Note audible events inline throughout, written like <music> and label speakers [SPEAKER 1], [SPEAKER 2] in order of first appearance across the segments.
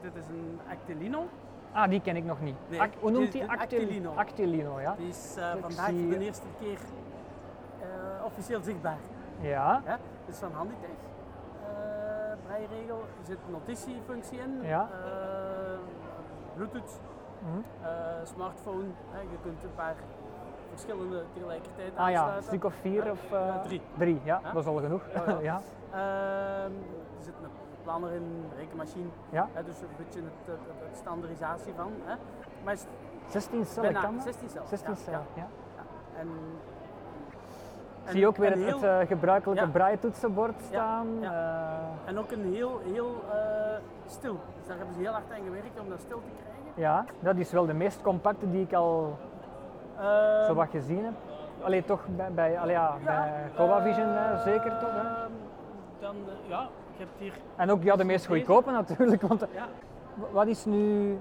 [SPEAKER 1] dit is een Actilino.
[SPEAKER 2] Ah, die ken ik nog niet.
[SPEAKER 1] Nee,
[SPEAKER 2] Ac- hoe noemt
[SPEAKER 1] dit is
[SPEAKER 2] die?
[SPEAKER 1] de
[SPEAKER 2] Actil-
[SPEAKER 1] Actilino.
[SPEAKER 2] Actilino, ja.
[SPEAKER 1] Die is eh,
[SPEAKER 2] Ik
[SPEAKER 1] vandaag
[SPEAKER 2] zie-
[SPEAKER 1] voor de eerste keer eh, officieel zichtbaar.
[SPEAKER 2] Ja,
[SPEAKER 1] Ja? Dus van Handitech, eh breiregel, er zit een notitiefunctie in,
[SPEAKER 2] Ja.
[SPEAKER 1] eh, Bluetooth,
[SPEAKER 2] Mhm.
[SPEAKER 1] eh, smartphone. hè, je kunt een paar verschillende tegelijkertijd
[SPEAKER 2] Ah ja, een
[SPEAKER 1] aansluiten.
[SPEAKER 2] stuk of vier of... eh,
[SPEAKER 1] Eh, drie.
[SPEAKER 2] Drie, ja,
[SPEAKER 1] Ja.
[SPEAKER 2] dat is al genoeg.
[SPEAKER 1] Ja, ja.
[SPEAKER 2] <laughs> ja.
[SPEAKER 1] Ehm, er zit een planner in, een rekenmachine.
[SPEAKER 2] Ja.
[SPEAKER 1] Hè, dus een beetje het, het, het- het standaardisatie van. Hè. Maar is
[SPEAKER 2] 16 cellen
[SPEAKER 1] bijna
[SPEAKER 2] kan dat?
[SPEAKER 1] 16 cellen.
[SPEAKER 2] 16
[SPEAKER 1] ja,
[SPEAKER 2] cellen, ja.
[SPEAKER 1] ja. En, en-
[SPEAKER 2] Zie je ook weer
[SPEAKER 1] en
[SPEAKER 2] het, het
[SPEAKER 1] heel-
[SPEAKER 2] eh, gebruikelijke
[SPEAKER 1] Ja.
[SPEAKER 2] braai-toetsenbord staan.
[SPEAKER 1] ja.
[SPEAKER 2] eh,
[SPEAKER 1] En ook een heel, heel eh, stil. Dus daar hebben ze heel hard aan gewerkt om dat stil te krijgen.
[SPEAKER 2] ja, dat is wel de meest compacte die ik al
[SPEAKER 1] Ehm,
[SPEAKER 2] zo wat gezien heb. Allee, toch bij, bij, allee, ja, bij Covavision eh,
[SPEAKER 1] ehm,
[SPEAKER 2] zeker toch? Hè?
[SPEAKER 1] Dan, eh, ja, je hebt hier...
[SPEAKER 2] En ook ja, de meest
[SPEAKER 1] Deze.
[SPEAKER 2] goedkope natuurlijk. Want
[SPEAKER 1] Ja.
[SPEAKER 2] w- wat is nu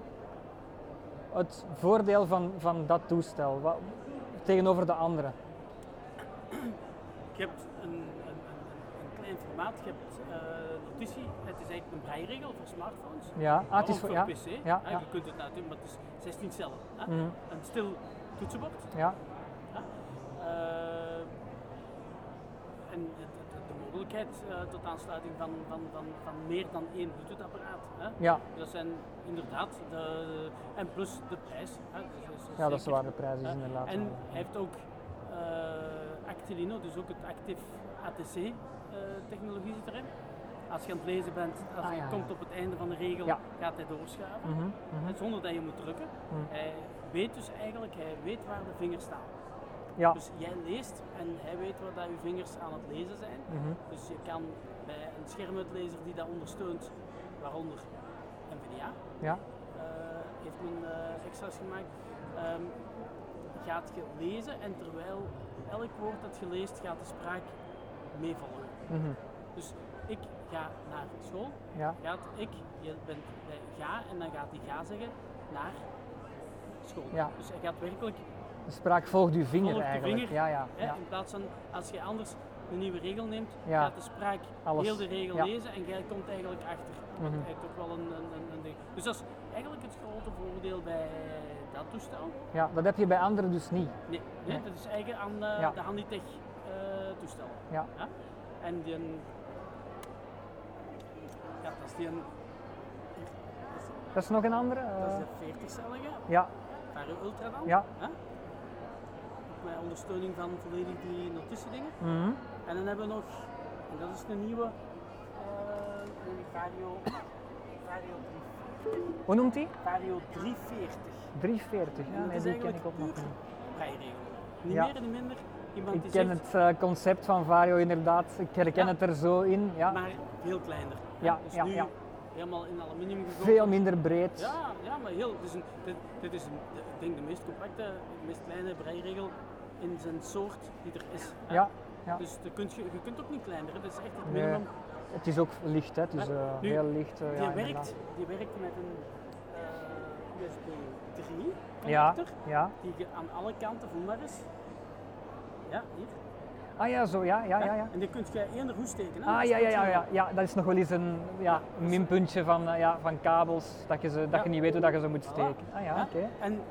[SPEAKER 2] het voordeel van, van dat toestel Wa- tegenover de andere?
[SPEAKER 1] Je hebt een, een, een- een klein formaat, je hebt eh, notitie, het is eigenlijk een breiregel voor smartphones.
[SPEAKER 2] Ja, ah,
[SPEAKER 1] Maar
[SPEAKER 2] het is
[SPEAKER 1] ook
[SPEAKER 2] voor
[SPEAKER 1] voor
[SPEAKER 2] ja.
[SPEAKER 1] PC.
[SPEAKER 2] Ja,
[SPEAKER 1] hè,
[SPEAKER 2] ja.
[SPEAKER 1] Je kunt het natuurlijk, maar het is 16 cellen. hè.
[SPEAKER 2] Mhm.
[SPEAKER 1] Een stil toetsenbord.
[SPEAKER 2] ja.
[SPEAKER 1] hè. Eh, en de, de- de mogelijkheid eh, tot aansluiting van, van, van, van meer dan één Bluetooth-apparaat. hè.
[SPEAKER 2] Ja.
[SPEAKER 1] Dat zijn inderdaad de, en plus de prijs. Hè, dus dat is
[SPEAKER 2] ja, dat is
[SPEAKER 1] zeker-
[SPEAKER 2] waar, de prijs is
[SPEAKER 1] Ja,
[SPEAKER 2] inderdaad.
[SPEAKER 1] En
[SPEAKER 2] wel-
[SPEAKER 1] hij heeft ook eh, Actilino, dus ook het Active ATC-technologie eh, zit erin. Als je aan het lezen bent, als
[SPEAKER 2] Ah,
[SPEAKER 1] je
[SPEAKER 2] ja, ja.
[SPEAKER 1] komt op het einde van de regel,
[SPEAKER 2] Ja.
[SPEAKER 1] gaat hij doorschuiven.
[SPEAKER 2] Mhm, mhm.
[SPEAKER 1] En Zonder dat je moet drukken.
[SPEAKER 2] Mm.
[SPEAKER 1] Hij weet dus eigenlijk, hij weet waar de vingers staan.
[SPEAKER 2] Ja.
[SPEAKER 1] Dus jij leest en hij weet waar dat je vingers aan het lezen zijn.
[SPEAKER 2] Mhm.
[SPEAKER 1] Dus je kan bij een schermuitlezer die dat ondersteunt, waaronder NVDA,
[SPEAKER 2] Ja.
[SPEAKER 1] eh, heeft men eh, extra's gemaakt. Ehm, gaat je lezen en terwijl elk woord dat je leest, gaat de spraak meevolgen.
[SPEAKER 2] Mhm.
[SPEAKER 1] Dus ik ga naar school,
[SPEAKER 2] ja.
[SPEAKER 1] gaat ik, je bent bij ga en dan gaat die ga zeggen naar school.
[SPEAKER 2] Ja.
[SPEAKER 1] Dus hij gaat werkelijk,
[SPEAKER 2] De spraak volgt uw vinger
[SPEAKER 1] Volgt de
[SPEAKER 2] eigenlijk.
[SPEAKER 1] vinger.
[SPEAKER 2] Ja, ja,
[SPEAKER 1] hè,
[SPEAKER 2] ja.
[SPEAKER 1] in plaats van als je anders een nieuwe regel neemt,
[SPEAKER 2] Ja.
[SPEAKER 1] gaat de spraak
[SPEAKER 2] Alles.
[SPEAKER 1] heel de regel
[SPEAKER 2] Ja.
[SPEAKER 1] lezen en jij komt eigenlijk achter.
[SPEAKER 2] Mhm.
[SPEAKER 1] Hij heeft ook wel een, een, een, een ding. Dus dat is eigenlijk het grote voordeel bij dat toestel.
[SPEAKER 2] ja. Dat heb je bij anderen dus niet.
[SPEAKER 1] Nee, nee,
[SPEAKER 2] Nee.
[SPEAKER 1] dat is eigen aan eh,
[SPEAKER 2] Ja.
[SPEAKER 1] de Handitech eh toestel.
[SPEAKER 2] Ja.
[SPEAKER 1] En die... een- Ja, dat is die... een- Dat is,
[SPEAKER 2] Dat is nog een andere? eh,
[SPEAKER 1] dat is de 40-cellige,
[SPEAKER 2] ja,
[SPEAKER 1] Vario Ultra dan.
[SPEAKER 2] ja.
[SPEAKER 1] Hè? Ook Met ondersteuning van volledig die notitiedingen.
[SPEAKER 2] Mhm.
[SPEAKER 1] En dan hebben we nog, en dat is de nieuwe, eh, een Vario, Vario,
[SPEAKER 2] Hoe noemt die?
[SPEAKER 1] 3 Vario 340.
[SPEAKER 2] 340. Ja,
[SPEAKER 1] dat
[SPEAKER 2] nee,
[SPEAKER 1] is
[SPEAKER 2] die ken
[SPEAKER 1] eigenlijk
[SPEAKER 2] ik ook nog
[SPEAKER 1] puur
[SPEAKER 2] niet.
[SPEAKER 1] Breiregel. Niet
[SPEAKER 2] Ja.
[SPEAKER 1] meer en niet minder. Iemand
[SPEAKER 2] Ik
[SPEAKER 1] die
[SPEAKER 2] ken
[SPEAKER 1] zegt,
[SPEAKER 2] het eh, concept van Vario inderdaad. Ik herken
[SPEAKER 1] Ja.
[SPEAKER 2] het er zo in. Ja.
[SPEAKER 1] maar veel kleiner.
[SPEAKER 2] Ja,
[SPEAKER 1] dus
[SPEAKER 2] ja,
[SPEAKER 1] nu
[SPEAKER 2] ja.
[SPEAKER 1] helemaal in aluminium gegoten.
[SPEAKER 2] Veel minder breed.
[SPEAKER 1] Ja, ja maar heel, dit is, een, dit, dit is een, de- ik denk de meest compacte, de meest kleine breiregel in zijn soort die er is. hè.
[SPEAKER 2] Ja, ja.
[SPEAKER 1] Dus daar kunt je, je kunt ook niet kleiner, hè. dat is echt het
[SPEAKER 2] Nee,
[SPEAKER 1] minimum.
[SPEAKER 2] Het is ook licht, hè. het is
[SPEAKER 1] Ja,
[SPEAKER 2] eh,
[SPEAKER 1] nu,
[SPEAKER 2] heel licht. eh,
[SPEAKER 1] die,
[SPEAKER 2] ja, inderdaad.
[SPEAKER 1] werkt, die werkt met een eh, USB 3
[SPEAKER 2] Ja,
[SPEAKER 1] connector
[SPEAKER 2] ja.
[SPEAKER 1] die je aan alle kanten voelbaar is. Ja, hier.
[SPEAKER 2] Ah ja, zo, ja, ja, ja. ja.
[SPEAKER 1] En die kun je eender hoe steken. Hè?
[SPEAKER 2] Ah
[SPEAKER 1] Dat is
[SPEAKER 2] ja, ja,
[SPEAKER 1] niet
[SPEAKER 2] ja,
[SPEAKER 1] zo-
[SPEAKER 2] ja, ja, dat is nog wel eens een ja, een minpuntje van, eh, ja, van kabels, dat je, ze, dat
[SPEAKER 1] Ja.
[SPEAKER 2] je niet weet hoe dat je ze moet
[SPEAKER 1] Voilà.
[SPEAKER 2] steken. Ah ja,
[SPEAKER 1] Ja.
[SPEAKER 2] oké.
[SPEAKER 1] En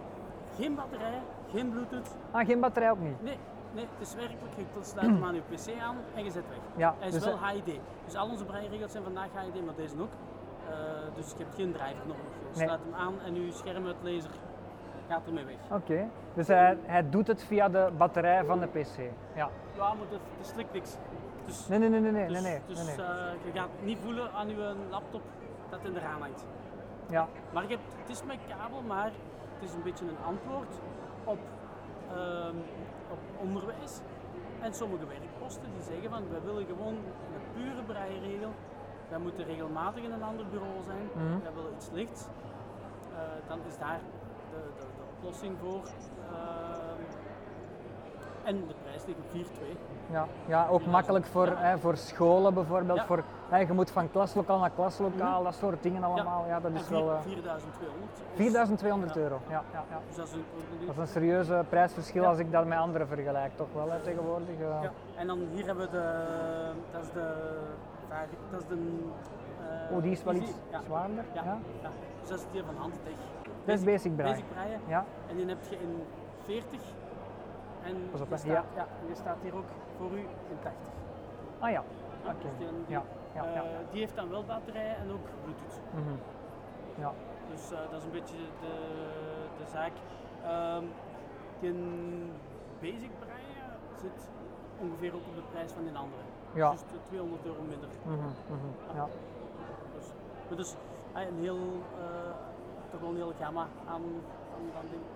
[SPEAKER 1] geen batterij, geen bluetooth,
[SPEAKER 2] Ah, geen batterij ook niet.
[SPEAKER 1] Nee, nee, het is werkelijk, je sluit
[SPEAKER 2] <clears throat>
[SPEAKER 1] hem aan je pc aan en je zet weg.
[SPEAKER 2] Ja,
[SPEAKER 1] Hij is
[SPEAKER 2] dus,
[SPEAKER 1] wel
[SPEAKER 2] eh,
[SPEAKER 1] HID. Dus al onze breiregels zijn vandaag HID, maar deze ook. Eh, dus je hebt geen driver nodig. Je
[SPEAKER 2] Nee.
[SPEAKER 1] sluit hem aan en je schermuitlezer gaat ermee weg.
[SPEAKER 2] Oké, dus hij, hij doet het via de batterij van de PC. Ja.
[SPEAKER 1] Ja, maar dat, dat slikt niks. Dus,
[SPEAKER 2] Nee, nee, nee, nee, nee,
[SPEAKER 1] dus,
[SPEAKER 2] nee, nee.
[SPEAKER 1] dus
[SPEAKER 2] nee, nee.
[SPEAKER 1] eh, je gaat niet voelen aan je laptop dat in de raam hangt.
[SPEAKER 2] Ja,
[SPEAKER 1] Maar je hebt, het is met kabel, maar het is een beetje een antwoord op, ehm, op onderwijs. En sommige werkposten die zeggen van, we willen gewoon een pure breiregel. Wij moeten regelmatig in een ander bureau zijn.
[SPEAKER 2] Mhm.
[SPEAKER 1] Wij willen iets lichts. Eh, dan is daar de, de, de oplossing voor. Ehm, en de prijs ligt op 4,2.
[SPEAKER 2] ja, ja, ook makkelijk voor,
[SPEAKER 1] Ja.
[SPEAKER 2] hè, voor scholen bijvoorbeeld.
[SPEAKER 1] Ja.
[SPEAKER 2] Voor, hè, je moet van klaslokaal naar klaslokaal,
[SPEAKER 1] Mhm.
[SPEAKER 2] dat soort dingen allemaal. Ja, dat
[SPEAKER 1] En
[SPEAKER 2] is
[SPEAKER 1] vier-
[SPEAKER 2] wel eh,
[SPEAKER 1] 4200. is-
[SPEAKER 2] 4200
[SPEAKER 1] Ja.
[SPEAKER 2] euro. Ja, ja, ja.
[SPEAKER 1] Dus dat is een, een-
[SPEAKER 2] Dat is een serieuze prijsverschil
[SPEAKER 1] Ja.
[SPEAKER 2] als ik dat met anderen vergelijk, toch wel hè, tegenwoordig. eh.
[SPEAKER 1] Ja, en dan hier hebben we de, dat is de, dat is de eh,
[SPEAKER 2] Oh, die is wel
[SPEAKER 1] easy.
[SPEAKER 2] iets
[SPEAKER 1] Ja.
[SPEAKER 2] zwaarder. Ja.
[SPEAKER 1] Ja. ja. Dus dat is het hier van Handtech.
[SPEAKER 2] Dat is basic braai.
[SPEAKER 1] Basic braaien.
[SPEAKER 2] Ja.
[SPEAKER 1] En die heb je in 40. En
[SPEAKER 2] Pas op,
[SPEAKER 1] die
[SPEAKER 2] hè.
[SPEAKER 1] staat,
[SPEAKER 2] Ja.
[SPEAKER 1] ja. en die staat hier ook voor u in 80.
[SPEAKER 2] Ah ja.
[SPEAKER 1] Ja,
[SPEAKER 2] Oké.
[SPEAKER 1] dus die- die-
[SPEAKER 2] Ja. Ja. ja.
[SPEAKER 1] eh, die heeft dan wel batterijen en ook Bluetooth.
[SPEAKER 2] Mhm. ja.
[SPEAKER 1] Dus eh, dat is een beetje de, de zaak. Ehm die basic braille zit ongeveer ook op de prijs van die andere.
[SPEAKER 2] Ja.
[SPEAKER 1] Dus 200 euro minder.
[SPEAKER 2] Mhm, mhm. ja.
[SPEAKER 1] Dus, maar dus ah, een heel, eh, toch wel een heel gamma aan, aan, aan dingen.